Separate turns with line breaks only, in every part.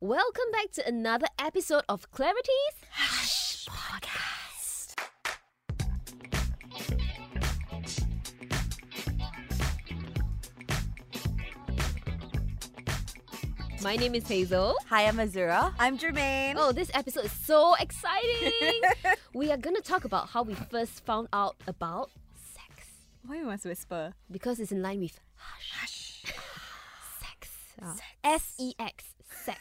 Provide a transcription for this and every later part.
Welcome back to another episode of Clarity's
Hush Podcast.
My name is Hazel.
Hi, I'm Azura. I'm Jermaine.
Oh, this episode is so exciting! we are gonna talk about how we first found out about sex
Why you must whisper?
because it's in line with hush, sex. S E X, sex.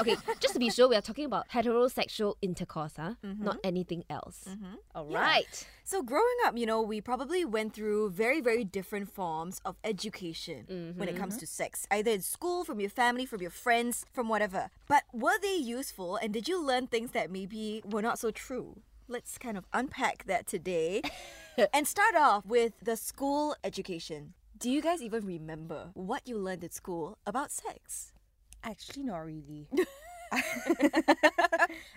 okay, just to be sure, we are talking about heterosexual intercourse, huh?
Mm-hmm.
not anything else. All right.
So growing up, you know, we probably went through very, very different forms of education when it
Mm-hmm.
comes to sex. Either in school, from your family, from your friends, from whatever. But were they useful and did you learn things that maybe were not so true? Let's kind of unpack that today and start off with the school education. Do you guys even remember what you learned at school about sex?
Actually, not really.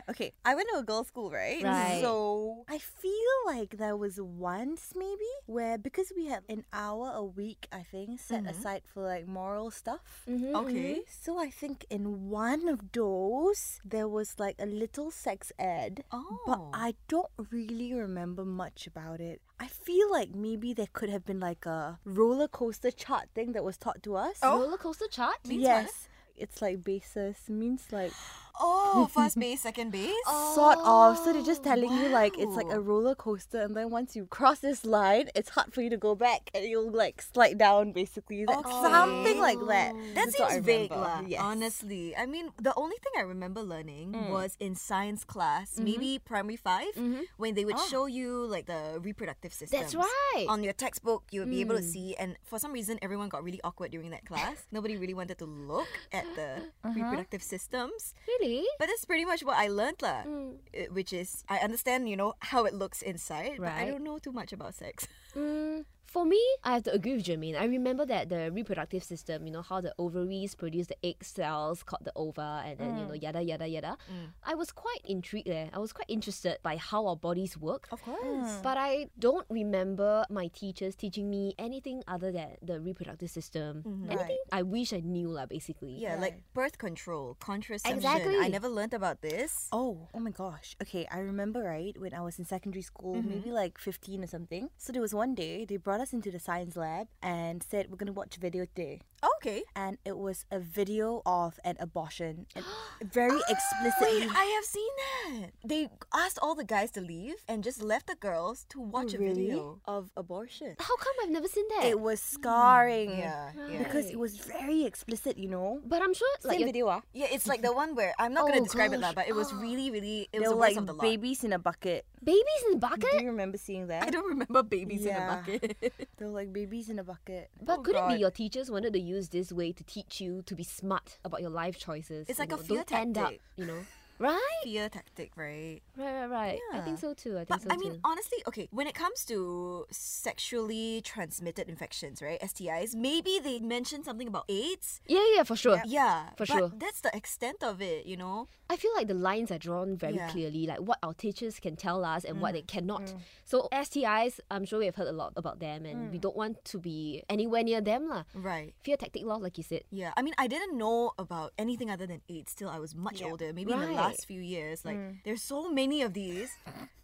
okay, I went to a girls' school, right?
Right.
So I feel like there was once maybe where because we had an hour a week, I think, set aside for like moral stuff.
Mm-hmm. Okay.
So I think in one of those there was like a little sex ed, but
Oh.
I don't really remember much about it. I feel like maybe there could have been like a roller coaster chart thing that was taught to us.
Oh.
Oh.
Roller coaster chart?
yes. It's like basis means like
Oh, first base, second base?
sort of. So they're just
Oh,
telling you like it's like
wow.
a roller coaster, and then once you cross this line, it's hard for you to go back, and you'll like slide down basically, That-
Okay.
something like that.
That
That's what I
seems vague,
remember.
lah. Honestly, I mean, the only thing I remember learning
Mm.
was in science class,
Mm-hmm.
maybe primary 5 when they would
Oh.
show you like the reproductive system.
That's right.
On your textbook, you would be able to
Mm.
see, and for some reason, everyone got really awkward during that class. Nobody really wanted to look at the
Uh-huh.
reproductive systems.
Really?
But that's pretty much what I learned, lah.
Mm.
Uh, Which is, I understand, you know, how it looks inside, but I
Right.
don't know too much about sex.
Mm, for me, I have to agree with Jermaine. I remember that the reproductive system, you know, how the ovaries produce the egg cells called the ova and then, you know,
Mm.
yada, yada, yada. I was quite intrigued there. I was quite interested by how our bodies work.
Of course.
But I don't remember my teachers teaching me anything other than the reproductive system.
Mm-hmm.
Anything I wish I knew, lah, basically.
Yeah, like birth control, contraception. I
Exactly.
never learned about this.
Oh, oh my gosh. Okay, I remember right when I was in secondary school, maybe like 15 or something. So there was one day they brought us into the science lab and said we're going to watch video today.
okay.
And it was a video of an abortion. And very explicitly.
I have seen that. They asked all the guys to leave and just left the girls to watch a video Oh, of abortion.
How come I've never seen that?
It was scarring.
Yeah, yeah.
Because it was very explicit, you know.
but I'm sure, like, your-
Same video, ah.
Yeah, it's like the one where I'm not gonna
Oh,
describe it, lah,
gosh.
but it was really, really it
They
was
were
the worst
like
of the lot.
babies in a bucket.
babies in the bucket?
Do you remember seeing that?
I don't remember babies in
Yeah.
a bucket.
They were like babies in a bucket.
But
Oh,
could it be
God.
your teachers wanted to use this way to teach you to be smart about your life choices?
It's
you
like a
know,
fear
don't end up,
tactic.
you know. Right,
Fear tactic, right?
right, right, right. I think so
Yeah.
too. I think so
But I mean,
too.
honestly, okay, when it comes to sexually transmitted infections, right? STIs, maybe they mentioned something about AIDS.
Yeah, yeah, for sure.
Yeah,
Uh, For
but
sure.
That's the extent of it, you know.
I feel like the lines are drawn very
Yeah. Mm.
clearly, like what our teachers can tell us and what they cannot. So STIs, I'm sure we have heard a lot about them, and
Mm.
we don't want to be anywhere near them, lah.
Right.
Fear tactic law, like you said.
Yeah, I mean, I didn't know about anything other than AIDS till I was much older. Maybe in the
Right. Mm.
last few years, like there's so many of these,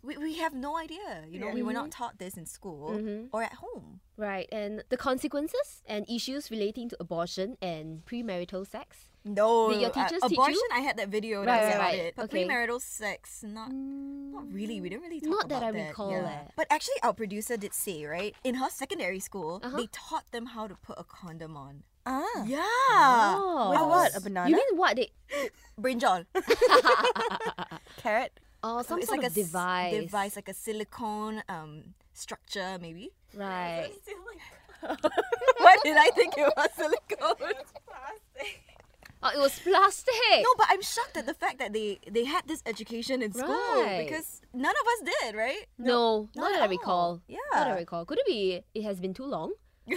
we, we have no idea. You know, we were not taught this in school
Mm-hmm.
or at home.
Right, and the consequences and issues relating to abortion and premarital sex.
No,
Did your
uh,
teachers teach you?
abortion. I had that video.
Right,
that was
right,
about
right.
it. But
Okay.
premarital sex, not not really. We didn't really talk
Not
about
that I recall
yeah.
it.
But actually, our producer did say right in her secondary school,
Uh-huh.
they taught them how to put a condom on.
Ah.
Yeah,
Oh,
With what? A
You
banana?
mean what they?
brinjal.
Carrot?
Oh, some
it's
sort
like
of
a s-
device.
device like a silicone um structure maybe
Right.
what did i think it was silicone
Oh, it was plastic.
no but i'm shocked at the fact that they they had this education in school
Right.
because none of us did right
No, not,
not
that I
at all.
recall. Not that
Yeah.
I recall. Could it be it has been too long? no,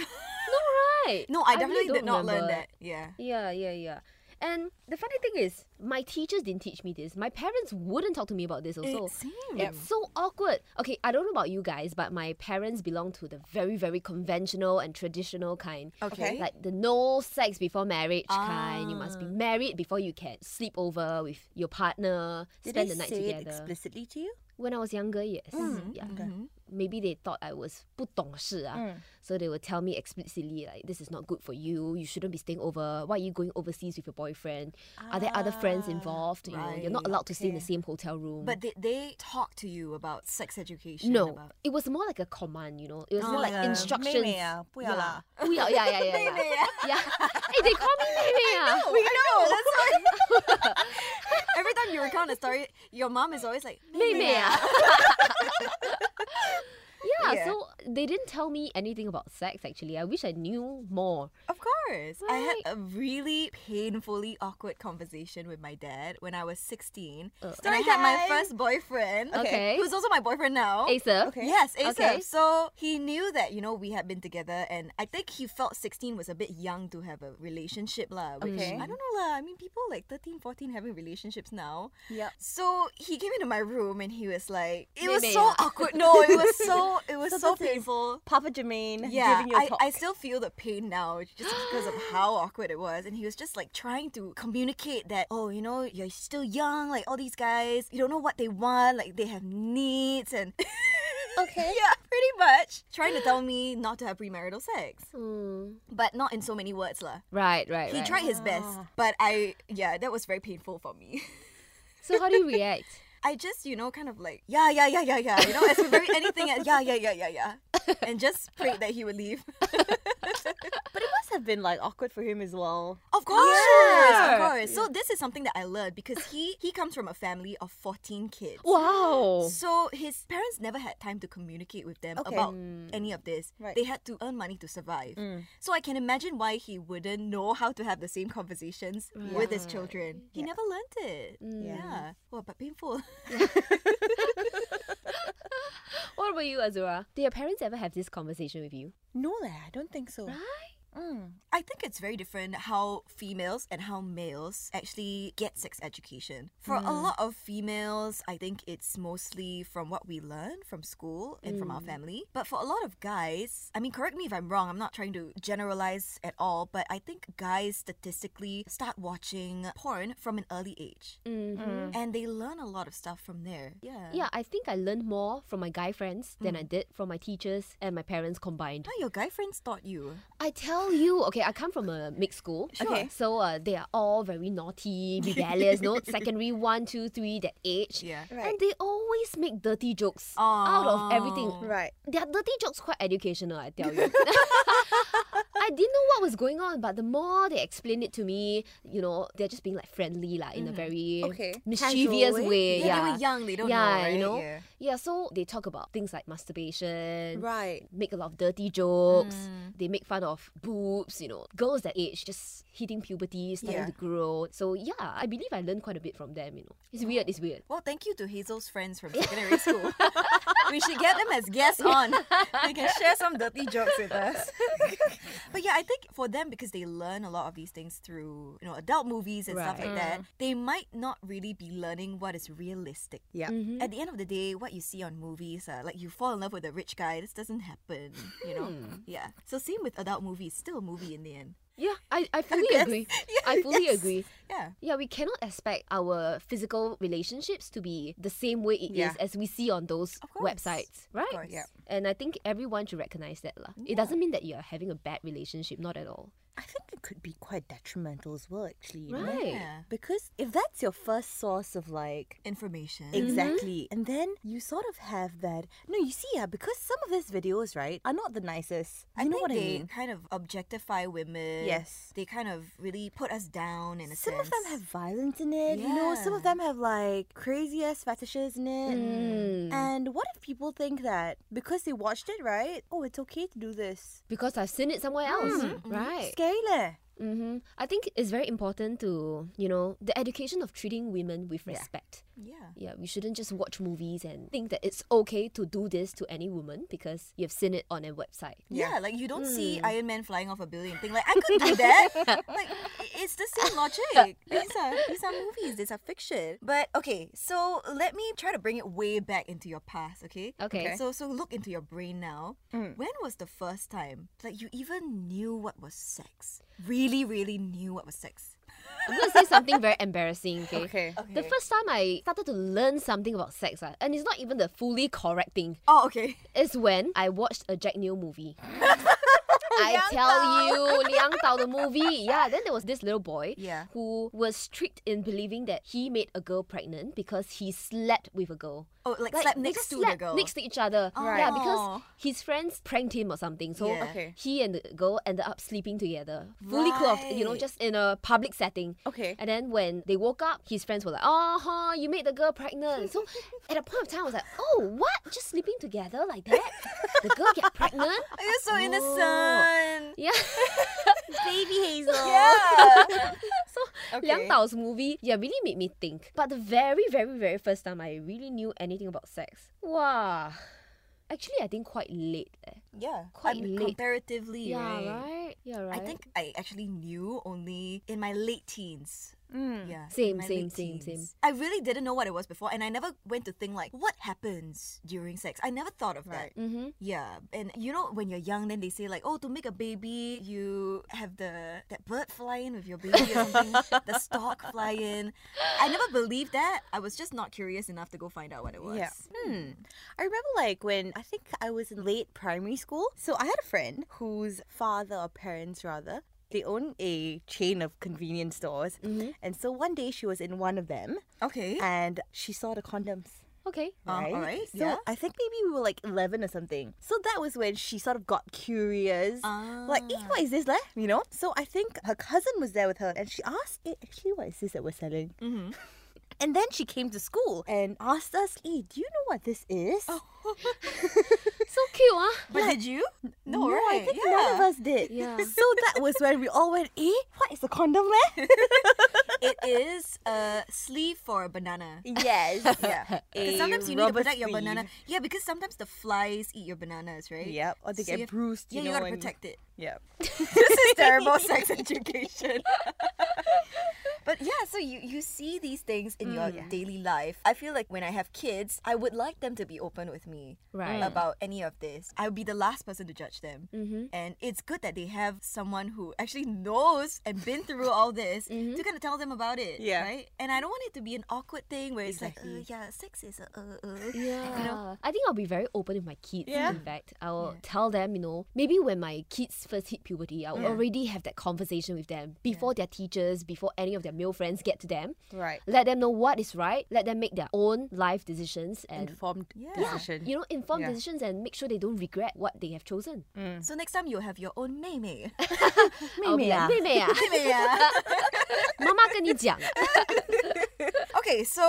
right.
no i
really
definitely
don't
did not learn
remember.
that yeah
Yeah, yeah, yeah. And the funny thing is, my teachers didn't teach me this. My parents wouldn't talk to me about this also.
Eh, same.
It's so awkward. Okay, I don't know about you guys, but my parents belong to the very, very conventional and traditional kind.
Okay.
Like the no sex before marriage kind. You must be married before you can sleep over with your partner,
Did
spend
they
the night
say
together.
it explicitly to you?
when I was younger, yes. Yeah. Mm-hmm. Maybe they thought I was 不懂事 ah. So they would tell me explicitly, like, this is not good for you. You shouldn't be staying over. Why are you going overseas with your boyfriend? are there other friends involved? You know, you're not
right,
allowed to stay in the
okay.
same hotel room.
But did they talk to you about sex education?
no,
About...
it was more like a command, you know. It was more
Oh,
like
yeah.
instructions.
妹妹啊，不要啦。
Yeah. 不要, yeah, yeah, yeah. yeah. yeah. Hey, they call me Mei Mei.
We know. That's why. Every time you recount a story, your mom is always like,
Mei Mei. ah. yeah,
Yeah.
so they didn't tell me anything about sex actually. I wish I knew more.
Of course. I had a really painfully awkward conversation with my dad when I was 16. So I had my
Hi.
first boyfriend.
Okay.
Who's also my boyfriend now.
Asa.
Okay.
Yes, ASAP.
Okay.
So he knew that, you know, we had been together and I think he felt 16 was a bit young to have a relationship lah. Which
Okay.
I don't know lah. I mean, people like 13, 14 having relationships now.
Yep.
So he came into my room and he was like, it was
Maybe,
so
yeah.
awkward. No, it was so, it was
So
so,
this is
painful.
Papa Jermaine
Yeah,
giving you a
I,
talk.
I still feel the pain now just because of how awkward it was. And he was just like trying to communicate that, oh, you know, you're still young, like all these guys, you don't know what they want, like they have needs and.
Okay.
yeah, pretty much. Trying to tell me not to have premarital sex,
Mm.
but not in so many words, lah.
Right, right,
He
right.
tried his best,
Ah.
but I, yeah, that was very painful for me.
So how do you react?
I just, you know, kind of like, yeah, yeah, yeah, yeah, yeah, you know, as with very anything, else, yeah, yeah, yeah, yeah, yeah. And just prayed that he would leave.
but it must have been like awkward for him as well.
Of course,
Yeah.
of course. So this is something that I learned because he he comes from a family of fourteen kids.
Wow.
So his parents never had time to communicate with them
Okay.
about any of this.
Right.
They had to earn money to survive. So I can imagine why he wouldn't know how to have the same conversations with his children. He never learned it.
Yeah.
Yeah. Well, but painful.
What about you, Azura? Did your parents ever have this conversation with you?
No, leh, I don't think so.
I think it's very different how females and how males actually get sex education. For a
Mm.
lot of females, I think it's mostly from what we learn from school and from our
Mm.
family. But for a lot of guys, I mean, correct me if I'm wrong, I'm not trying to generalize at all, but I think guys statistically start watching porn from an early age
Mm-hmm.
and they learn a lot of stuff from there. Yeah.
Yeah, I think I learned more from my guy friends than I
Mm.
did from my teachers and my parents combined.
Now your guy friends taught you.
I tell you, okay, I come from a mixed school.
Okay.
So uh, they are all very naughty, rebellious, no? Secondary one, two, three, that age.
Yeah.
And
Right.
they always make dirty jokes out of everything.
Oh.
Right.
Their dirty jokes quite educational, I tell you. I didn't know what was going on, but the more they explained it to me, you know, they're just being like friendly, like in a very
Okay.
mischievous
Casual way.
way.
Mm-hmm. Yeah, they were young, they don't
Eh, yeah,
know. Right?
you know.
Yeah.
Yeah, so they talk about things like masturbation,
Right.
make a lot of dirty jokes.
Mm.
They make fun of boobs, you know, girls that age just hitting puberty, starting
Yeah.
to grow. So yeah, I believe I learned quite a bit from them. You know, it's weird. It's weird.
Well, thank you to Hazel's friends from secondary school. we should get them as guests on. They can share some dirty jokes with us. but yeah, I think for them because they learn a lot of these things through you know adult movies and stuff
Right. Mm.
like that, they might not really be learning what is realistic.
Yeah.
At the end of the day, what you see on movies, uh, like you fall in love with a rich guy, this doesn't happen, you know?
Hmm.
Yeah. So same with adult movies, still a movie in the end.
Yeah, I, I fully
Yes.
agree.
Yeah,
I fully
yes.
agree.
Yeah.
Yeah, we cannot expect our physical relationships to be the same way it is
Yeah.
as we see on those
Of course.
websites, right?
course. Yeah.
And I think everyone should recognize that. lah. It doesn't mean that you're having a bad relationship, not at all.
I think it could be quite detrimental as well, actually. you know?
Right.
Yeah.
Because if that's your first source of like
Information.
Exactly. And then you sort of have that. No, you see, yeah, because some of these videos, right, are not the nicest. You
I
know
think
what
they
I mean?
kind of objectify women.
Yes.
They kind of really put us down in a
Some
sense.
of them have violence in it, you know. Some of
Yeah.
them have like crazy ass fetishes in it.
Mm.
And what if people think that because they watched it, right? Oh, it's okay to do this.
Because I've seen it somewhere else,
Mm-hmm.
right?
Scary, leh.
Mm-hmm. I think it's very important to, you know, the education of treating women with respect.
Yeah.
Yeah, we shouldn't just watch movies and think that it's okay to do this to any woman because you've seen it on a website.
Yeah, like you don't see Iron Man flying off a building thing. Like I could do that. like i- it's the same logic. These are these are movies. These are fiction. But okay, so let me try to bring it way back into your past. Okay.
Okay.
So so look into your brain now. When was the first time like you even knew what was sex? Really, really knew what was sex.
I'm gonna say something very embarrassing, okay?
Okay.
The first time I started to learn something about sex, ah, and it's not even the fully correct thing,
Oh, okay.
is when I watched a Jack Neo movie. I tell you, Liang Tao the movie. Yeah, then there was this little boy
Yeah.
who was tricked in believing that he made a girl pregnant because he slept with a girl.
Oh, like,
Like,
slept
they
next
just
to the
slept
girl. Oh.
next to each other.
Right.
Yeah, because
Aw.
his friends pranked him or something. So
Yeah.
Okay.
he and the girl ended up sleeping together, fully clothed, you know,
Right.
just in a public setting.
Okay.
And then when they woke up, his friends were like, "Oh, huh, you made the girl pregnant." So at a point of time, I was like, "Oh, what? Just sleeping together like that? The girl get pregnant?"
You're so
Oh.
innocent.
Yeah.
Baby Hazel.
Yeah.
so
Okay.
Liang Dao's movie, yeah, really made me think. But the very, very, very first time I really knew anything about sex, wow. Actually, I think quite late. Eh.
yeah.
Quite
I mean,
late.
Comparatively,
Yeah,
right?
right. Yeah, right.
I think I actually knew only in my late teens.
Mm.
Yeah. in
Mm. Same,
my
same,
late
same, same.
teens. I really didn't know what it was before, and I never went to think like what happens during sex. I never thought of that.
Right.
Mm-hmm.
Yeah, and you know when you're young, then they say like, oh, to make a baby, you have the that bird fly in with your baby or something, the stalk fly in. I never believed that. I was just not curious enough to go find out what it was. Hmm.
Yeah. I remember like when I think I was in late primary school. So I had a friend whose father or parents rather they own a chain of convenience stores. And so one day she was in one of them
Okay.
and she saw the condoms.
Okay.
Uh,
Uh-huh, Right?
alright,
So
yeah.
I think maybe we were like 11 or something. So that was when she sort of got curious.
Ah. uh,
Like, eh, what is this, leh? You know? So I think her cousin was there with her and she asked, eh, actually, what is this that we're selling?
Mhm.
And then she came to school and asked us, eh, do you know what this is?
Oh,
So cute, huh?
But did you? No,
I
right?
think
yeah.
none of us did.
Yeah.
So that was when we all went, eh, what is a condom, leh?
It is a sleeve for a banana.
yes.
Yeah. Because
A
sometimes you need to
rubber
protect your
sleeve.
banana. Yeah, because sometimes the flies eat your bananas, right?
Yep. Or they
So
get
you have-
bruised,
Yeah,
you
you
know,
gotta
and-
protect it.
Yep.
this is terrible sex education. But yeah, so you, you see these things in your daily life. I feel like when I have kids, I would like them to be open with me
Right.
about any of this. I would be the last person to judge them. And it's good that they have someone who actually knows and been through all this to kind of tell them about it.
Yeah.
Right? And I don't want it to be an awkward thing where it's like, uh, yeah, sex is a, uh, uh.
Yeah. I think I'll be very open with my kids.
Yeah.
In fact, I'll tell them, you know, maybe when my kids first hit puberty, I'll already have that conversation with them before their teachers, before any of their male friends get to them.
Right.
Let them know what is right. Let them make their own life decisions and
Informed
Yeah.
decision.
you know, informed
Yeah.
decisions and make sure they don't regret what they have chosen.
So next time you'll have your own mei mei.
I'll be like, ah, 妹妹啊，
yeah.
妈妈跟你讲啊。
Okay, so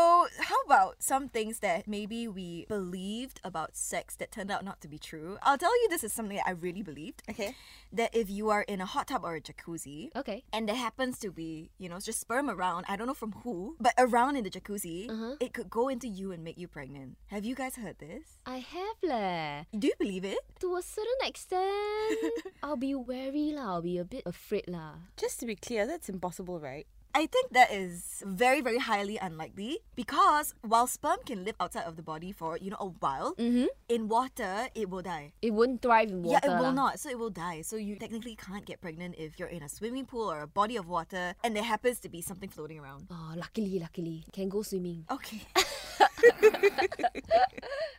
how about some things that maybe we believed about sex that turned out not to be true? I'll tell you this is something that I really believed.
Okay.
That if you are in a hot tub or a jacuzzi,
Okay.
and there happens to be, you know, just sperm around, I don't know from who, but around in the jacuzzi, it could go into you and make you pregnant. Have you guys heard this?
I have leh.
Do you believe it?
To a certain extent, I'll be wary lah. I'll be a bit afraid lah.
Just to be clear, that's impossible, right?
I think that is very, very highly unlikely because while sperm can live outside of the body for, you know, a while, in water, it will die.
It won't thrive in water.
Yeah, it will
lah.
not. So it will die. So you technically can't get pregnant if you're in a swimming pool or a body of water and there happens to be something floating around.
Oh, luckily, luckily, can go swimming.
Okay.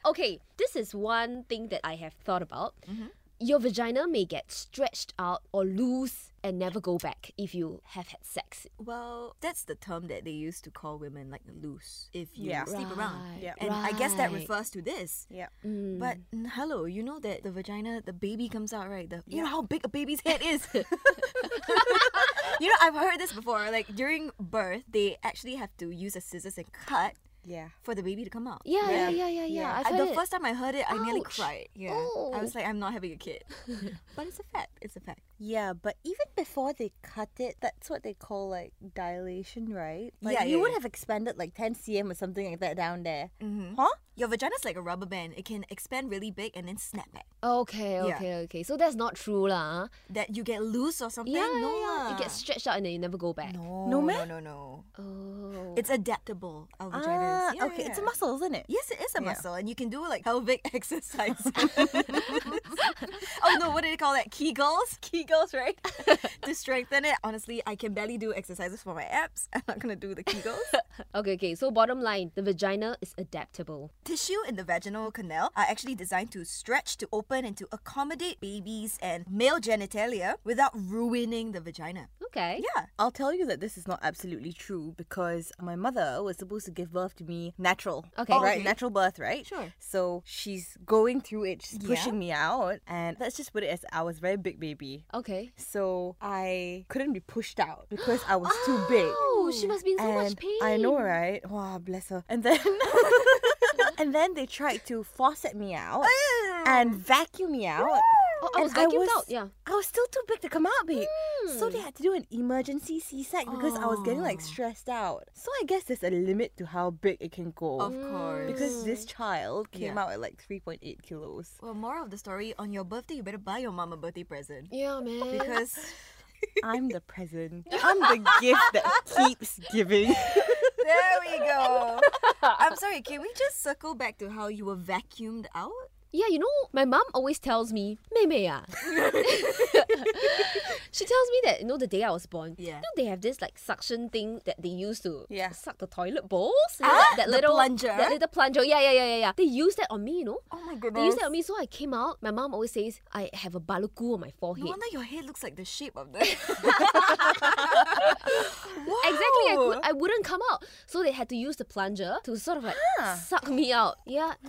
Okay, this is one thing that I have thought about. Your vagina may get stretched out or loose and never go back if you have had sex.
well, that's the term that they used to call women like loose if you
Yeah.
sleep around.
Right, Yep.
And I guess that
right.
refers to this.
Yeah.
But mm, hello, you know that the vagina, the baby comes out, right? The, You know how big a baby's head is. you know, I've heard this before. Like during birth, they actually have to use a scissors and cut
Yeah.
for the baby to come out.
Yeah, yeah,
Yeah.
yeah, yeah, yeah.
Yeah.
I
Uh,
find
the
it-
first time I heard it, I nearly
Ouch.
cried. Yeah, I was like, I'm not having a kid, but it's a fact. It's a fact.
Yeah, but even before they cut it, that's what they call like dilation, right? Like,
Yeah,
you
yeah,
would
yeah.
have expanded like 10 cm or something like that down there.
Mhm.
Huh?
Your vagina's like a rubber band; it can expand really big and then snap back.
okay,
Yeah.
okay, okay. So that's not true, lah.
That you get loose or something.
Yeah,
no,
yeah, yeah.
lah.
It gets stretched out and then you never go back.
no, no,
No, meh?
no, no.
Oh.
It's adaptable. Our vaginas.
Ah,
Yeah,
okay,
yeah,
it's a
yeah.
muscle, isn't it?
Yes, it is a
Yeah.
muscle, and you can do like pelvic exercise. oh no, what do they call that? Kegels? Kegels, right? to strengthen it. Honestly, I can barely do exercises for my abs. I'm not gonna do the Kegels.
okay, okay. So bottom line, the vagina is adaptable.
Tissue in the vaginal canal are actually designed to stretch, to open, and to accommodate babies and male genitalia without ruining the vagina.
Okay.
Yeah.
I'll tell you that this is not absolutely true because my mother was supposed to give birth to me natural.
Okay. Oh,
Right?
okay.
Natural birth, right?
Sure.
So she's going through it, she's
Yeah.
pushing me out. And let's just put it as I was a very big baby.
Okay.
So I couldn't be pushed out because I was too big.
Oh, she must be in so much
And
pain.
I know, right? Wow, bless her. And then and then they tried to faucet me out and vacuum me out.
Oh, I
And
was vacuumed out. Yeah.
I was still too big to come out, babe. So
Hmm.
they had to do an emergency C-sec because I was getting
Oh.
like stressed out. So I guess there's a limit to how big it can go.
Of course.
because this child came
Yeah.
out at like 3.8 kilos.
well, moral of the story: on your birthday, you better buy your mom a birthday present
Yeah, man.
because
I'm the present. I'm the gift that keeps giving.
there we go. I'm sorry. Can we just circle back to how you were vacuumed out?
Yeah, you know, my mom always tells me, Mei Mei ah. she tells me that, you know, the day I was born, you
Yeah.
know, they have this like suction thing that they use to
Yeah.
suck the toilet bowls. You know,
Ah,
that, that
the
little
plunger?
That little plunger. Yeah, yeah, yeah, yeah, yeah. They use that on me, you know.
Oh my
They
goodness.
use that on me, so I came out. My mom always says I have a baluku on my forehead.
No wonder your head looks like the shape of the.
Exactly, I, could, I wouldn't come out. So they had to use the plunger to sort of like suck me out. Yeah.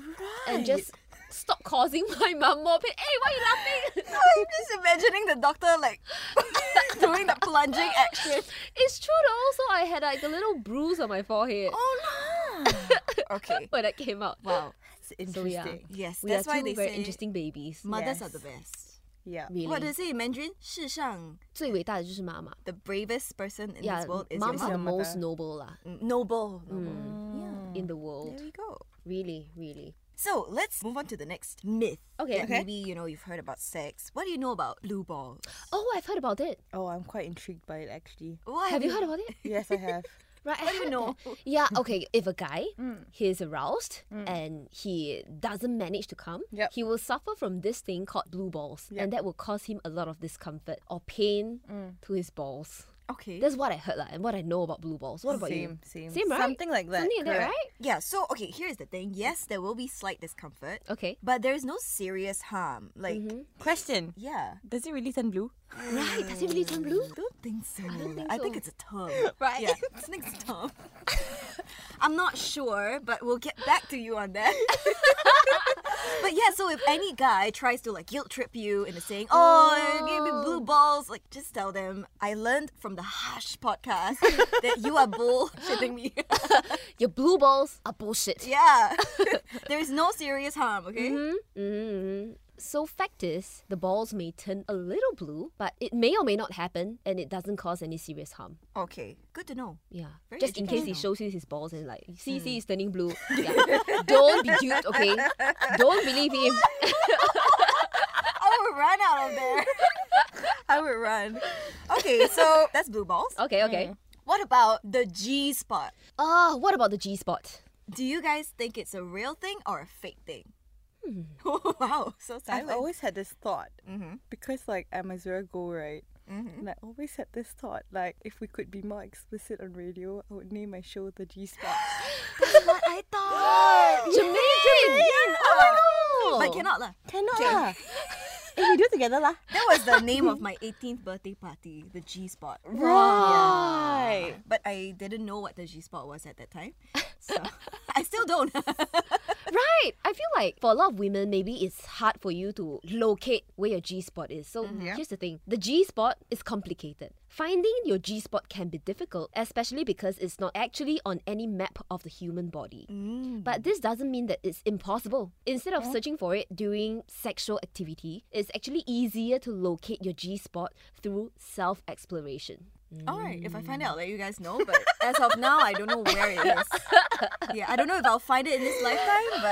And just stop causing my mum more pain. Hey, why you laughing?
I'm just imagining the doctor like doing the plunging action.
it's true though. So I had like a little bruise on my forehead
Oh no. Okay.
when I came out.
Wow.
Ah, It's
So we are-
interesting.
Yes,
We
that's
are
why
two
they
very
say
interesting babies.
mothers are
Yes.
the best.
Yeah.
Really.
What does it say in Mandarin? 世上
最伟大的就是妈妈。
the bravest person in
Yeah,
this world is your
moms Mm. are the
mother.
most
mother.
noble lah
Noble. Noble.
in the
Yeah. There
world.
we go.
Really, really.
So let's move on to the next myth.
Okay.
that
Okay.
Maybe you know you've heard about sex. What do you know about blue balls?
Oh, I've heard about it.
Oh, I'm quite intrigued by it actually.
What
Have you heard about it?
Yes, I have.
Right, I don't know. Yeah, okay. If a guy
Mm.
he's aroused and he doesn't manage to come,
Yep.
he will suffer from this thing called blue balls, and that will cause him a lot of discomfort or pain
Mm.
to his balls.
Okay.
That's what I heard, like, and what I know about blue balls. What about you?
same,
Same,
same,
right?
Something like that.
Something like that,
correct.
right?
Yeah, so okay, here's the thing. Yes, there will be slight discomfort,
Okay.
but there is no serious harm. Like,
Mm-hmm.
Question:
yeah.
Does it really turn blue?
Right? Does it really turn blue?
I don't think so. I,
don't think so.
it's a term.
Right.
Yeah, I think it's a term. I'm not sure, but we'll get back to you on that. but yeah, so if any guy tries to like guilt trip you into saying, "Oh, give me blue balls," like just tell them, "I learned from the Hush podcast that you are bullshitting me."
Your blue balls are bullshit.
yeah, there is no serious harm. Okay.
Mm-hmm. So fact is, the balls may turn a little blue, but it may or may not happen, and it doesn't cause any serious harm.
Okay. Good to know.
Yeah.
Very
Just in case he
educational.
shows you his balls and like,
Hmm.
see, see, he's turning blue. Yeah. Don't be duped, okay? Don't believe him.
I would run out of there. I would run. Okay, so that's blue balls.
Okay, okay.
Hmm.
What about the G spot?
Ah, what about the G spot?
Do you guys think it's a real thing or a fake thing? wow, so
I've
silent.
always had this thought
Mm-hmm.
because, like, I'm a zero go right, and I always had this thought like, if we could be more explicit on radio, I would name my show the G Spot.
That's what I thought.
Jermaine! Oh my
But
god!
cannot lah.
Cannot lah. Eh, we do it together lah.
That was the name of my 18th birthday party, the G spot.
Right.
But I didn't know what the G spot was at that time. So I still don't.
right. I feel like for a lot of women, maybe it's hard for you to locate where your G spot is. So
Yeah.
here's the thing the G spot is complicated. Finding your G spot can be difficult, especially because it's not actually on any map of the human body. But this doesn't mean that it's impossible. Instead of searching for it during sexual activity, it's actually easier to locate your G spot through self exploration.
All right, if I find it, I'll let you guys know. But as of now, I don't know where it is. Yeah, I don't know if I'll find it in this lifetime, but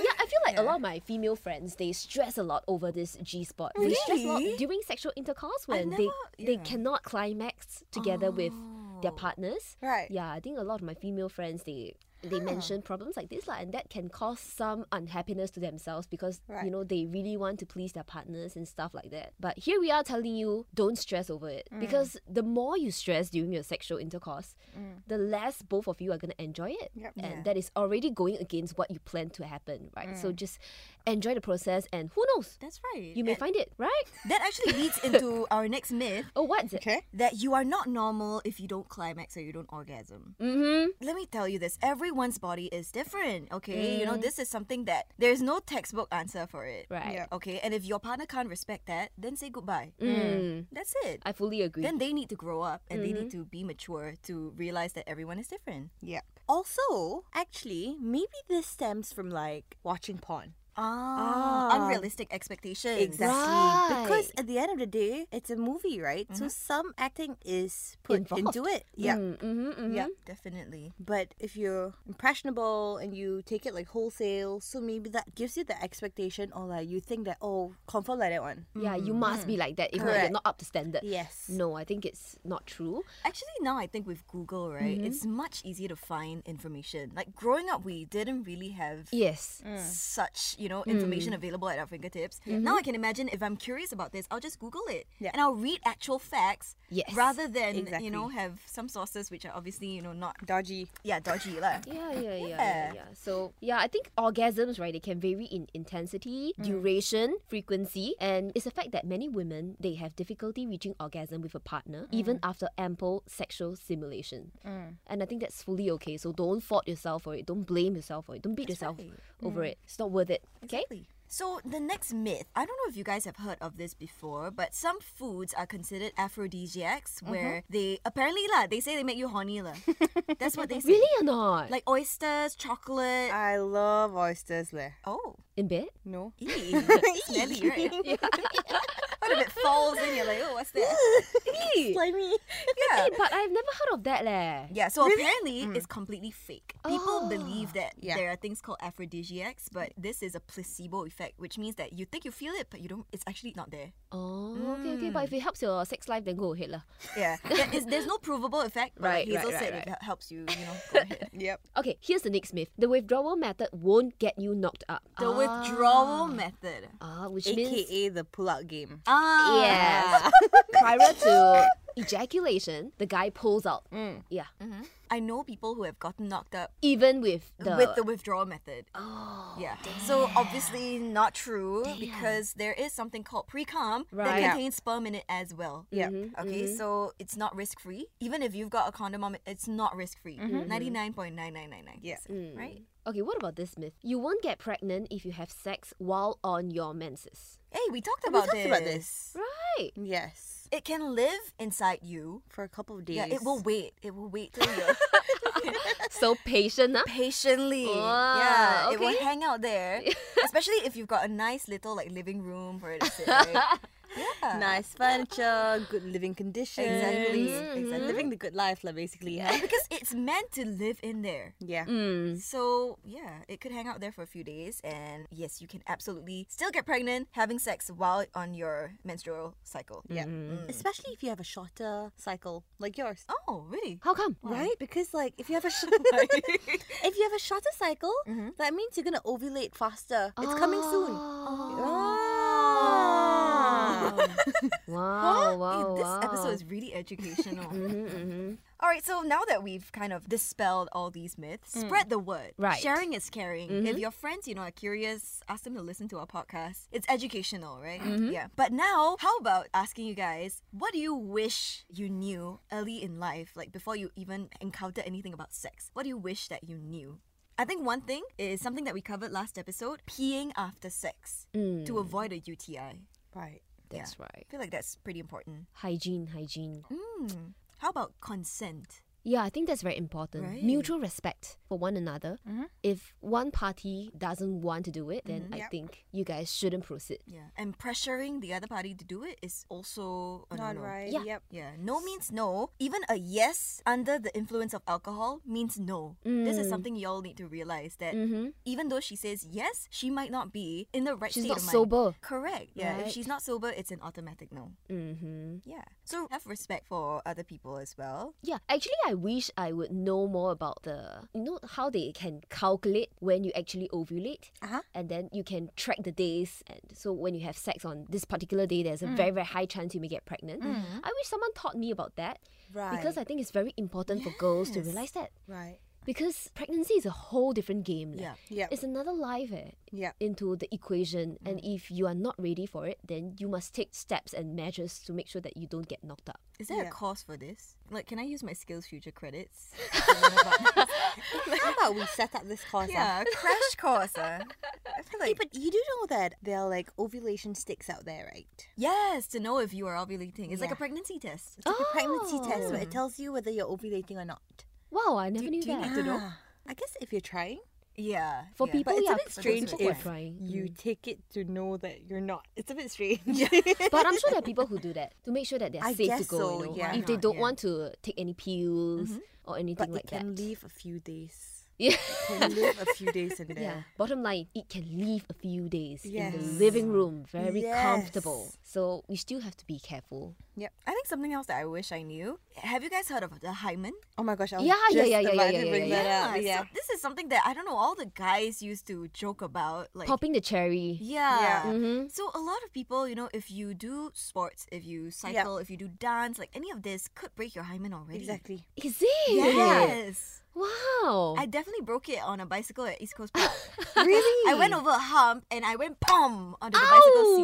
Yeah, I feel like a lot of my female friends they stress a lot over this G spot. They stress a lot
Really?
during sexual intercourse
I
when they
never-
they
yeah.
cannot climax together with their
Oh.
partners.
Right.
Yeah, I think a lot of my female friends they they
Ah.
mention problems like this lah, and that can cause some unhappiness to themselves because you
Right.
know they really want to please their partners and stuff like that. But here we are telling you don't stress over it
Mm.
because the more you stress during your sexual intercourse,
Mm.
the less both of you are gonna enjoy it,
Yep.
and
Yeah.
that is already going against what you plan to happen, right?
Mm.
So just enjoy the process, and who knows,
that's right.
you may find it right.
that actually leads into our next myth
Oh, what's it?
Okay.
that you are not normal if you don't climax or you don't orgasm.
Mm-hmm.
Let me tell you this everyone's body is different, okay? You know, this is something that there's no textbook answer for it.
Mm. Right.
Yeah.
Okay, and if your partner can't respect that, then say goodbye.
Mm.
That's it.
I fully agree. Mm-hmm.
Then they need to grow up and they need to be mature to realize that everyone is different.
Yep. Also, actually, maybe this stems from like watching porn.
Ah,
Ah.
unrealistic expectations.
Exactly.
Right.
Because at the end of the day, it's a movie, right? So
Mm-hmm.
some acting is put
Involved.
into it. Yeah.
Mm-hmm, mm-hmm.
Yeah.
Definitely.
But if you're impressionable and you take it like wholesale, so maybe that gives you the expectation or like you think that, oh, confirm like that one.
Yeah, you must be like that. If not, you're
Correct.
not up to standard.
Yes.
No, I think it's not true.
Actually, now I think with Google, right, it's
Mm-hmm.
much easier to find information. Like growing up, we didn't really have
Yes.
such, you
Mm.
know, information available at our fingertips.
Mm-hmm.
Now I can imagine if I'm curious about this, I'll just Google it
Yeah.
and I'll read actual facts
Yes.
rather than, you
Exactly.
know, have some sources which are obviously, you know, not,
Dodgy.
yeah, dodgy. lah.
Yeah, yeah, yeah, yeah,
Yeah.
yeah. So yeah, I think orgasms, right? They can vary in intensity, duration, frequency, and it's a fact that many women they have difficulty reaching orgasm with a partner, even after ample sexual stimulation. And I think that's fully okay. So don't fault yourself for it. Don't blame yourself for it. Don't beat yourself
right.
over it. It's not worth it. Okay.
Exactly. So the next myth, I don't know if you guys have heard of this before, but some foods are considered aphrodisiacs
Mm-hmm.
where they apparently lah, they say they make you horny lah. That's what they say.
Really Uh, or not?
Like oysters, chocolate.
I love oysters, leh.
oh,
in bed?
No.
eee, smelly, right? what if it falls and you're like, oh, what's that?
Eh,
Slimy.
yeah.
eh, but I've never heard of that leh.
Yeah, so apparently it's
Hmm.
completely fake. People believe that
Yeah.
there are things called aphrodisiacs, but this is a placebo effect, which means that you think you feel it, but you don't. It's actually not there.
Oh, okay, okay.
Mm.
But if it helps your sex life, then go ahead lah.
Yeah, there is, there's no provable effect. But
Right, right,
like Hazel
right,
said
right.
it hel- helps you. You know, go ahead.
Yep.
Okay, here's the next myth. The withdrawal method won't get you knocked up.
the withdrawal method.
Ah, which means
AKA the pull-out game.
Ah,
yes. prior to ejaculation, the guy pulls out.
Mm.
Yeah,
I know people who have gotten knocked up
even with the
with the withdrawal method. Oh, yeah. So obviously not true because there is something called pre-com
Right. Mm-hmm.
that
Yeah.
contains sperm in it as well.
Yeah.
Okay, so it's not risk free. Even if you've got a condom on, it, it's not risk free.
Mm-hmm.
Mm-hmm.
Ninety nine point nine nine nine nine.
Yeah.
Right.
okay. What about this myth? You won't get pregnant if you have sex while on your menses.
Hey, we talked
We
about
talked
this.
about this.
Right.
Yes.
It can live inside you.
For a couple of days.
Yeah, it will wait. It will wait till you
So patient, huh?
patiently.
Wow,
yeah, it will
okay.
hang out there. Especially if you've got a nice little like living room for it to sit. Right? yeah.
Nice furniture, good living conditions.
Exactly.
Uh,
Mm-hmm.
Exactly. Living the good life, like, basically. Yeah. Mm.
because it's meant to live in there.
Yeah.
Hmm.
So, yeah, it could hang out there for a few days. And yes, you can absolutely still get pregnant having sex while on your menstrual cycle. Mm.
Yeah. Mm-hmm. Especially if you have a shorter cycle like yours.
Oh, really?
How come?
Right? Because like if you have a sh- if you have a shorter cycle,
Mm-hmm.
that means you're gonna ovulate faster. It's coming soon.
Oh. Ah. wow, wow,
Hey, Oh, this
wow.
episode is really educational.
Mm-hmm,
All right, so now that we've kind of dispelled all these myths, spread the word.
Mm. Right. Mm-hmm.
Sharing is caring. If your friends, you know, are curious, ask them to listen to our podcast. It's educational, right?
Mm-hmm.
Yeah. But now, how about asking you guys, what do you wish you knew early in life, like before you even encountered anything about sex? What do you wish that you knew? I think one thing is something that we covered last episode peeing after sex to avoid a UTI. I
Right.
Mm. That's right.
feel like that's pretty important.
Hygiene, hygiene.
How about consent?
Yeah, I think that's very important.
Right.
Mutual respect for one another. If one party doesn't want to do it, then I
Yep.
think you guys shouldn't proceed.
Yeah. And pressuring the other party to do it is also a
Not
no-no.
right.
Yeah.
Yep.
Yeah, no means no. Even a yes under the influence of alcohol means no. This
Mm.
is something y'all need to realize that even though she says yes, she might not be in the right
Mm-hmm. She's
state
not
of mind.
sober.
Correct. Yeah, if
Right.
she's not sober, it's an automatic no.
Mm-hmm.
Yeah. So have respect for other people as well.
Yeah, actually, I wish I would know more about the you know how they can calculate when you actually ovulate,
Uh-huh.
and then you can track the days. And so when you have sex on this particular day, there's a very very high chance you may get pregnant. I wish someone taught me about that
Right.
because I think it's very important for girls to realize that
Right.
because pregnancy is a whole different game. leh.
Yeah.
Yep.
it's another life. Eh.
Yep.
Into the equation,
Mm.
and if you are not ready for it, then you must take steps and measures to make sure that you don't get knocked up.
Is there a
Yeah.
cost for this? Like, can I use my Skills Future credits?
How about we set up this course? ah?
yeah, crash course. ah. I feel
Hey,
like
but you do know that there are like ovulation sticks out there, right?
yes, to know if you are ovulating. It's like
Yeah. Oh.
a pregnancy test.
It's like a pregnancy test where
Oh.
it tells you whether you're ovulating or not.
Wow, I never knew
do you
that.
need to know?
Ah, I guess if you're trying,
Yeah.
For
yeah.
people,
But it's a
yeah,
bit
for those
strange
people who are
if
trying.
you
Mm.
take it to know that you're not. It's a bit strange.
but I'm sure there are people who do that to make sure that they're
I
safe to
guess
go.
so,
you know,
yeah. Mm-hmm.
if they
Why
don't
not?
want to take any pills or anything
but
like
it can
that.
leave a few days.
yeah.
Can live a few days in there.
Yeah. Bottom line, it can leave a few days in the
Yes.
living room, very comfortable.
Yes.
So we still have to be careful.
I think something else that I wish I knew. Have you guys heard of the hymen?
Oh my gosh! I was
Yeah, yeah,
just
yeah, yeah,
about
yeah,
to
yeah,
bring
yeah,
that up.
so
Yeah.
this is something that I don't know. All the guys used to joke about, like
Popping the cherry.
Yeah.
Yeah.
Mhm.
So a lot of people, you know, if you do sports, if you cycle, if you do dance, like any of this could break your hymen already.
Exactly.
Is it?
Yes.
Wow.
I definitely broke it on a bicycle at East Coast Park.
Really?
I went over a hump and I went boom onto the bicycle
Ouch.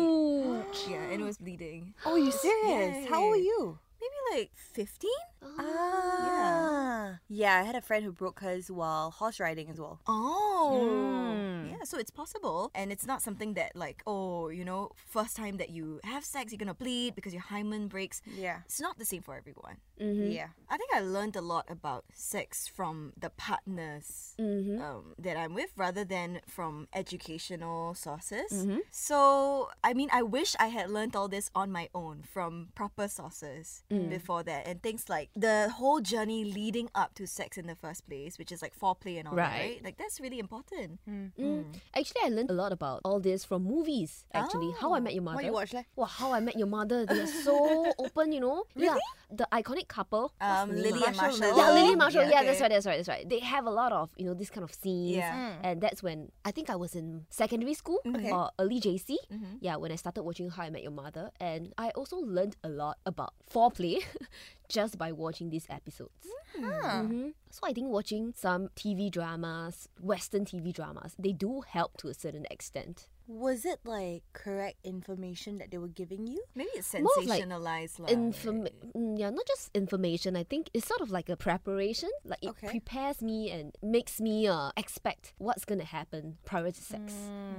seat. Yeah, and it was bleeding.
Oh, you serious? How old are
Yay.
you?
Maybe like fifteen.
Oh,
Ah. Yeah. I had a friend who broke hers while horse riding as well.
Oh.
Mm.
Yeah, so it's possible. And it's not something that, like, oh, you know, first time that you have sex, you're going to bleed because your hymen breaks.
Yeah.
It's not the same for everyone.
Mhm.
Yeah.
I think I learned a lot about sex from the partners
Mhm.
um, that I'm with rather than from educational sources.
Mm-hmm.
So, I mean, I wish I had learned all this on my own from proper sources
Mm.
before that. And things like the whole journey leading up to sex in the first place, which is like foreplay and all that,
Right.
right? Like, that's really important.
Mm. Actually, I learned a lot about all this from movies. Actually, How I Met Your Mother.
Ah, What you watch like?
Wow, How I Met Your Mother. They are so open, you know. Yeah, the iconic couple. what's
Um,
the name
Lily
ah?
and Marshall.
Yeah, Lily
Oh,
and Marshall. Yeah,
yeah,
that's
okay.
right. That's right. That's right. They have a lot of you know this kind of scenes.
Yeah.
And that's when I think I was in secondary school or early JC. Yeah, when I started watching How I Met Your Mother, and I also learned a lot about foreplay just by watching these episodes. Mhm. So I think watching some TV dramas, Western TV dramas, they do help to a certain extent.
Was it like correct information that they were giving you?
Maybe it's
More of like
sensationalized. Like,
inform- mm, yeah, not just information. I think it's sort of like a preparation. Like it
Okay.
prepares me and makes me uh, expect what's gonna happen prior to sex.
Mm,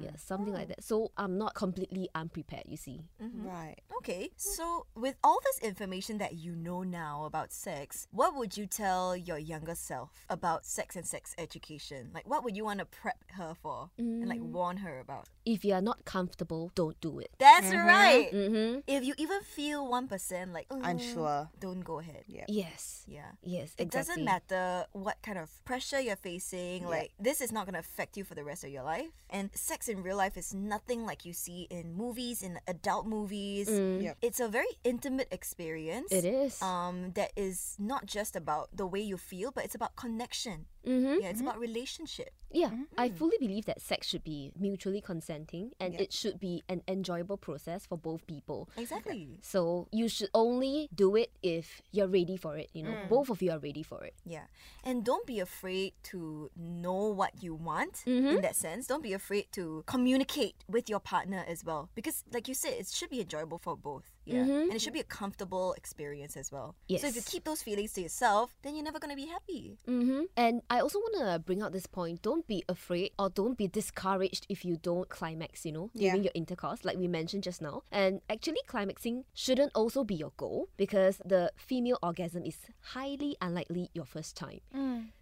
Yeah, something
Oh.
like that. So I'm not completely unprepared. You see.
Right.
Okay, so with all this information that you know now about sex, what would you tell your younger self about sex and sex education? Like, what would you want to prep her for and like warn her about?
If you are not comfortable, don't do it.
That's right.
Mm-hmm.
If you even feel one percent like "Ugh,"
Unsure.
don't go ahead.
Yeah.
Yes.
Yeah.
Yes.
It
exactly.
doesn't matter what kind of pressure you're facing, like this is not gonna affect you for the rest of your life. And sex in real life is nothing like you see in movies, in adult movies.
Yep.
It's a very intimate experience.
It is.
um, that is not just about the way you feel, but it's about connection.
mm-hmm.
Yeah, it's about relationship.
Yeah, I
mm.
fully believe that sex should be mutually consenting and it should be an enjoyable process for both people.
Exactly.
So you should only do it if you're ready for it, you know. Both of you are ready for it.
Yeah. And don't be afraid to know what you want
Mm-hmm.
in that sense. Don't be afraid to communicate with your partner as well. Because, like you said, it should be enjoyable for both. Yeah. And it should be a comfortable experience as well. So if you
Mm-hmm. Yes.
keep those feelings to yourself, then you're never going to be happy.
Mm-hmm. And I also want to bring out this point don't be afraid or don't be discouraged if you don't climax, you know,
Yeah.
during your intercourse, like we mentioned just now. And actually, climaxing shouldn't also be your goal because the female orgasm is highly unlikely your first time.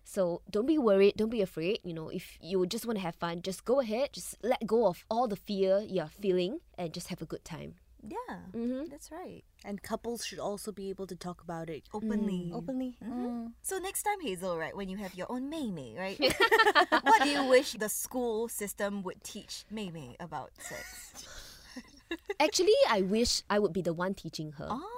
So don't be worried, don't be afraid. You know, if you just want to have fun, just go ahead, just let go of all the fear you're feeling and just have a good time.
Yeah.
Mm-hmm.
That's right.
And couples should also be able to talk about it Mm.
Openly.
openly.
Mm-hmm.
So next time, Hazel, right, when you have your own Maymay, right? what do you wish the school system would teach Maymay about sex?
Actually, I wish I would be the one teaching her.
Oh.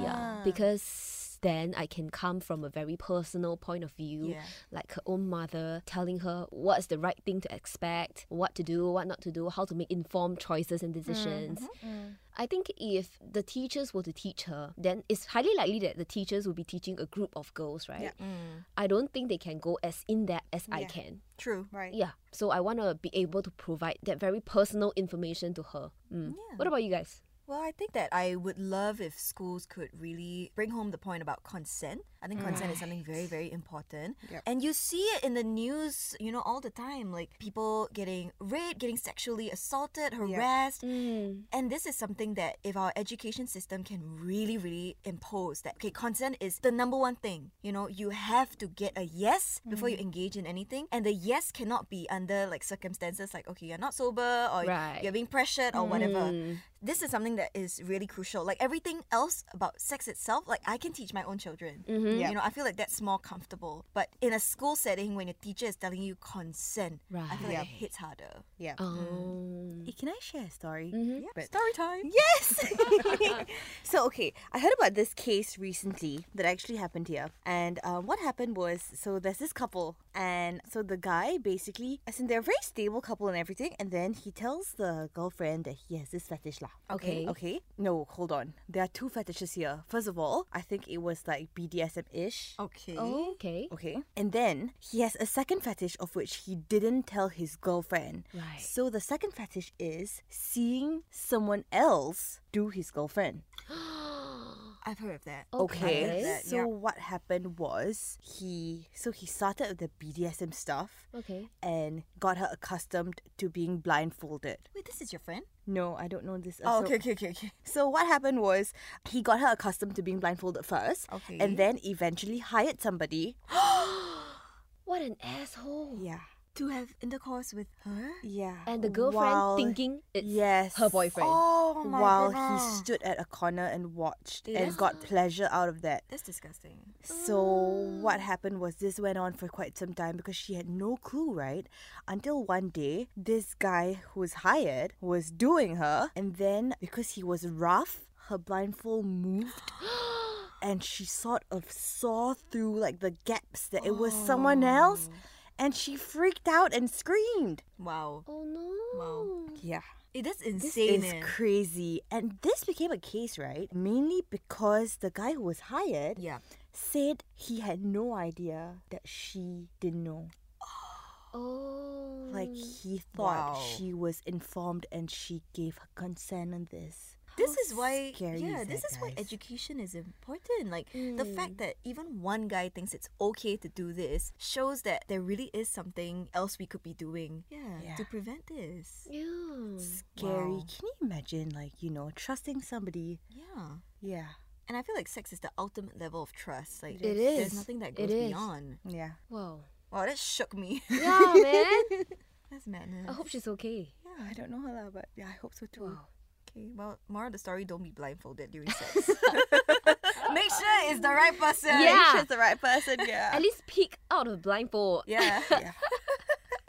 Yeah, because then I can come from a very personal point of view,
Yeah.
like her own mother telling her what's the right thing to expect, what to do, what not to do, how to make informed choices and decisions.
Mm-hmm. Mm.
I think if the teachers were to teach her, then it's highly likely that the teachers will be teaching a group of girls, right? Mm. I don't think they can go as in depth as I can.
True.
Right.
Yeah, so I want to be able to provide that very personal information to her. Mm.
Yeah.
What about you guys?
Well, I think that I would love if schools could really bring home the point about consent. I think consent is something very, very important.
Yep.
And you see it in the news, you know, all the time like people getting raped, getting sexually assaulted, harassed. And this is something that if our education system can really, really impose that, okay, consent is the number one thing. You know, you have to get a yes before you engage in anything. And the yes cannot be under like circumstances like, okay, you're not sober or
Right.
you're being pressured or whatever. This is something that is really crucial. Like everything else about sex itself, like I can teach my own children.
Yeah.
You know, I feel like that's more comfortable. But in a school setting, when your teacher is telling you consent, I feel like it hits harder.
Yeah.
Um, Mm-hmm.
Hey, can I share a story?
Yeah.
But-
Story time.
Yes. so okay, I heard about this case recently that actually happened here, and um, what happened was so there's this couple, and so the guy basically, as in they're a very stable couple and everything, and then he tells the girlfriend that he has this fetish lah.
Okay.
Okay. No, hold on. There are two fetishes here. First of all, I think it was like BDSM ish.
Okay.
okay.
Okay. And then he has a second fetish of which he didn't tell his girlfriend.
Right.
So the second fetish is seeing someone else do his girlfriend.
I've heard of that.
Okay.
I've heard of that,
So
yeah.
what happened was he so he started with the BDSM stuff
Okay.
and got her accustomed to being blindfolded.
Wait, this is your friend? Oh,
No, I don't know this. uh, so-
okay, okay, okay.
So what happened was he got her accustomed to being blindfolded first,
Okay.
and then eventually hired somebody.
What an asshole.
Yeah,
To have intercourse with her?
yeah.
And the girlfriend
While-
thinking it's
yes,
her boyfriend.
Oh
while he stood at a corner and watched and got pleasure out of that.
That's disgusting.
So what happened was this went on for quite some time because she had no clue, right? Until one day, this guy who was hired was doing her, and then because he was rough, her blindfold moved, and she sort of saw through like the gaps that it was someone else, and she freaked out and screamed.
Wow.
Oh no.
Wow.
Yeah.
It is
This
insane.
is
eh.
crazy. And this became a case, right? Mainly because the guy who was hired
yeah.
said he had no idea that she didn't know.
Oh.
Like he
Mm. Wow.
thought she was informed and she gave her consent on this.
This is why
scary
yeah,
is
this
that,
is why
guys?
education is important. Like the fact that even one guy thinks it's okay to do this shows that there really is something else we could be doing. Yeah. To
Yeah.
prevent this.
yeah.
Scary.
Wow.
Can you imagine like, you know, trusting somebody?
Yeah.
Yeah.
And I feel like sex is the ultimate level of trust. Like
It
there's
is.
nothing
It
that goes
is.
beyond.
Yeah.
Wow.
Wow, that shook me.
Yeah, man.
That's madness.
I hope she's okay.
Yeah, I don't know her, lah, but yeah, I hope so too.
Okay, well, moral of the story: don't be blindfolded during sex. Make sure it's the right person.
Yeah.
She's the right person, yeah.
At least peek out of blindfold.
Yeah.
Yeah.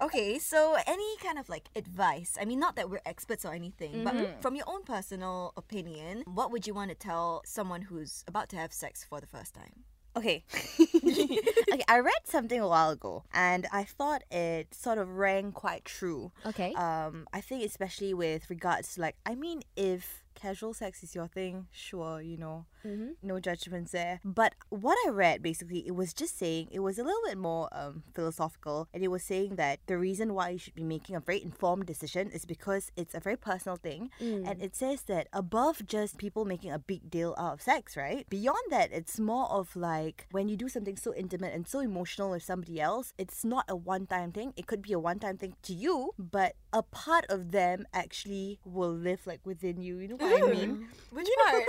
Okay, so any kind of like advice? I mean, not that we're experts or anything,
Mm-hmm.
but from your own personal opinion, what would you want to tell someone who's about to have sex for the first time?
Okay. okay, I read something a while ago and I thought it sort of rang quite true.
Okay.
Uh,
Um, I think especially with regards to like, I mean, if casual sex is your thing, sure, you know, No judgments there. But what I read basically, it was just saying it was a little bit more um, philosophical, and it was saying that the reason why you should be making a very informed decision is because it's a very personal thing, and it says that above just people making a big deal out of sex, right? Beyond that, it's more of like when you do something so intimate and so emotional with somebody else, it's not a one-time thing. It could be a one-time thing to you, but a part of them actually will live like within you. You know what I mean?
Which part?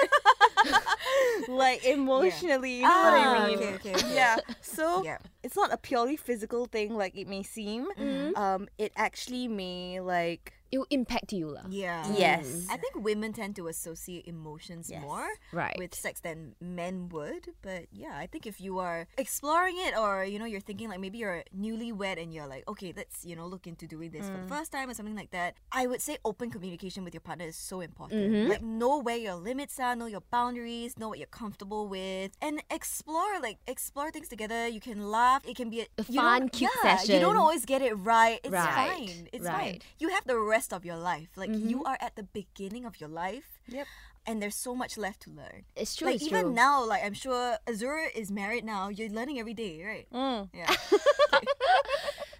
like emotionally. You know what
Ah,
I mean?
okay, okay, okay.
Yeah. So
Yeah.
it's not a purely physical thing, like it may seem. Um, it actually may like
It will impact you, lah.
yeah.
yes.
I think women tend to associate emotions
Yes.
more
Right.
with sex than men would. But yeah, I think if you are exploring it or, you know, you're thinking like maybe you're newlywed and you're like, okay, let's, you know, look into doing this
Mm.
for the first time or something like that, I would say open communication with your partner is so important.
Mm-hmm.
Like, know where your limits are, know your boundaries, know what you're comfortable with, and explore, like, explore things together. You can laugh. It can be a,
A
you
fun,
don't-
cute
yeah, You
session.
don't always get it right. It's
Right,
fine. It's
right.
fine you have the rest of your life. Like you are at the beginning of your life.
Yep.
And there's so much left to learn.
It's true.
like
it's true.
even now, like I'm sure Azura is married now. You're learning every day, right? Yeah.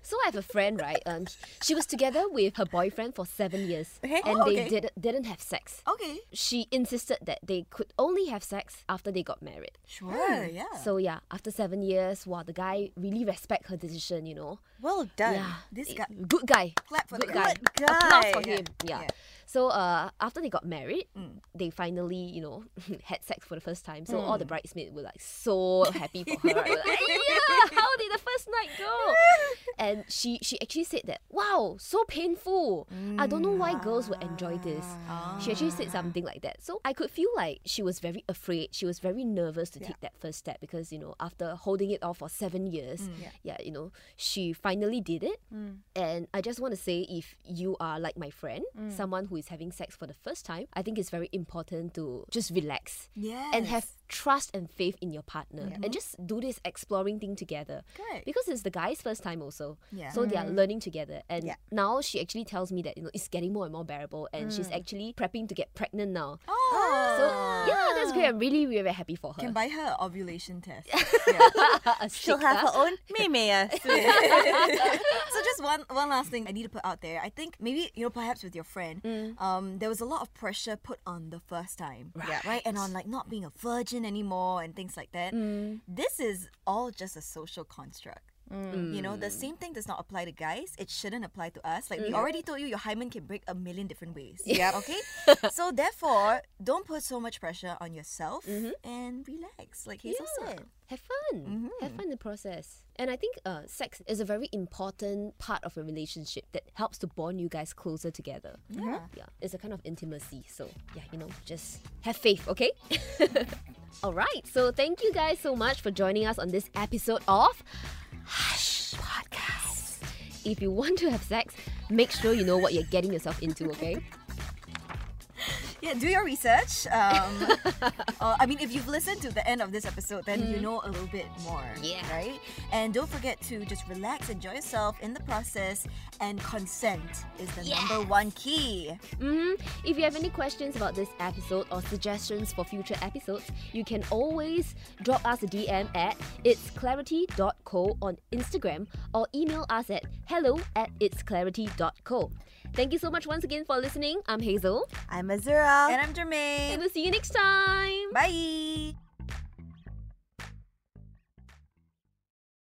So I have a friend, right? Um, she was together with her boyfriend for seven years,
Okay.
and
Oh,
they
okay.
did, didn't have sex.
okay.
She insisted that they could only have sex after they got married.
Sure. Yeah.
So yeah, after seven years, wow, the guy really respect her decision, you know.
Well done.
Yeah,
this
it-
guy-
good guy,
Clap for
good
the
guy.
Good
Applause for
guy.
him. Yeah.
yeah. Mm.
So uh, after they got married, they finally, you know, had sex for the first time. So
Mm.
all the bridesmaids were like so happy for her. Right? We're like, "Aiya, how did the first night go? and she she actually said that, wow, so painful. I don't know why girls would enjoy this. She actually said something like that. So I could feel like she was very afraid. She was very nervous to take that first step because you know after holding it off for seven years, yeah. you know, she finally did it. And I just want to say, if you are like my friend, someone who is having sex for the first time, I think it's very important to just relax
Yes.
and have trust and faith in your partner and just do this exploring thing together
Correct.
because it's the guy's first time also
Yeah. Mm.
so they are learning together and
Yeah.
now she actually tells me that you know it's getting more and more bearable and she's
Mm.
actually prepping to get pregnant now
Oh.
so yeah that's great i'm really really, very happy for her
Can buy her an ovulation test. yeah.
A
She'll
sticker.
have her own Mimea soon.
so just one one last thing I need to put out there. I think maybe you know perhaps with your friend, um, there was a lot of pressure put on the first time, right? right? And on like not being a virgin anymore and things like that. This is all just a social construct. You know, the same thing does not apply to guys. It shouldn't apply to us. Like we already told you, your hymen can break a million different ways. Yeah. Okay. so therefore, don't put so much pressure on yourself and relax. Like Hazel said.
have fun have fun in the process and i think uh, sex is a very important part of a relationship that helps to bond you guys closer together yeah, it's a kind of intimacy so yeah you know just have faith okay all right so thank you guys so much for joining us on this episode of hush podcast if you want to have sex make sure you know what you're getting yourself into okay
Yeah, do your research. Um, uh, I mean, if you've listened to the end of this episode, then you know a little bit more.
Yeah.
Right? And don't forget to just relax, enjoy yourself in the process, and consent is the number one key.
Mhm. If you have any questions about this episode or suggestions for future episodes, you can always drop us a DM at itsclarity.co on Instagram or email us at hello at itsclarity.co. Thank you so much once again for listening. I'm Hazel,
I'm Azura.
And I'm Jermaine.
and we'll see you next time.
Bye.